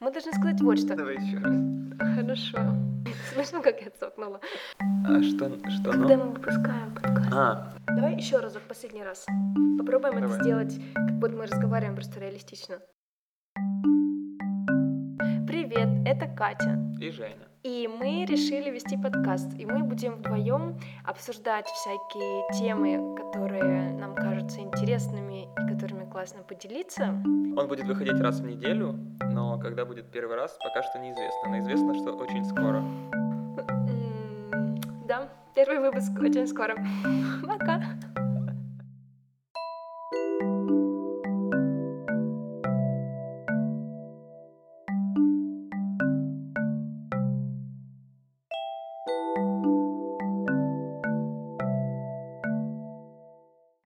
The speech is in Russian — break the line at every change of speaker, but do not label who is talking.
мы должны сказать вот что.
Давай еще раз.
Хорошо. Слышно, как я цокнула?
А что, что
Когда
ну?
мы выпускаем подкаст.
А,
Давай еще разок, последний раз. Попробуем это
Давай.
сделать, как будто мы разговариваем просто реалистично. Привет, это Катя.
и Женя.
И мы решили вести подкаст. И мы будем вдвоем обсуждать всякие темы, которые нам кажутся интересными и которыми классно поделиться.
Он будет выходить раз в неделю, но когда будет первый раз, пока что неизвестно. Но известно, что очень скоро.
М, Да, первый выпуск очень скоро. Пока.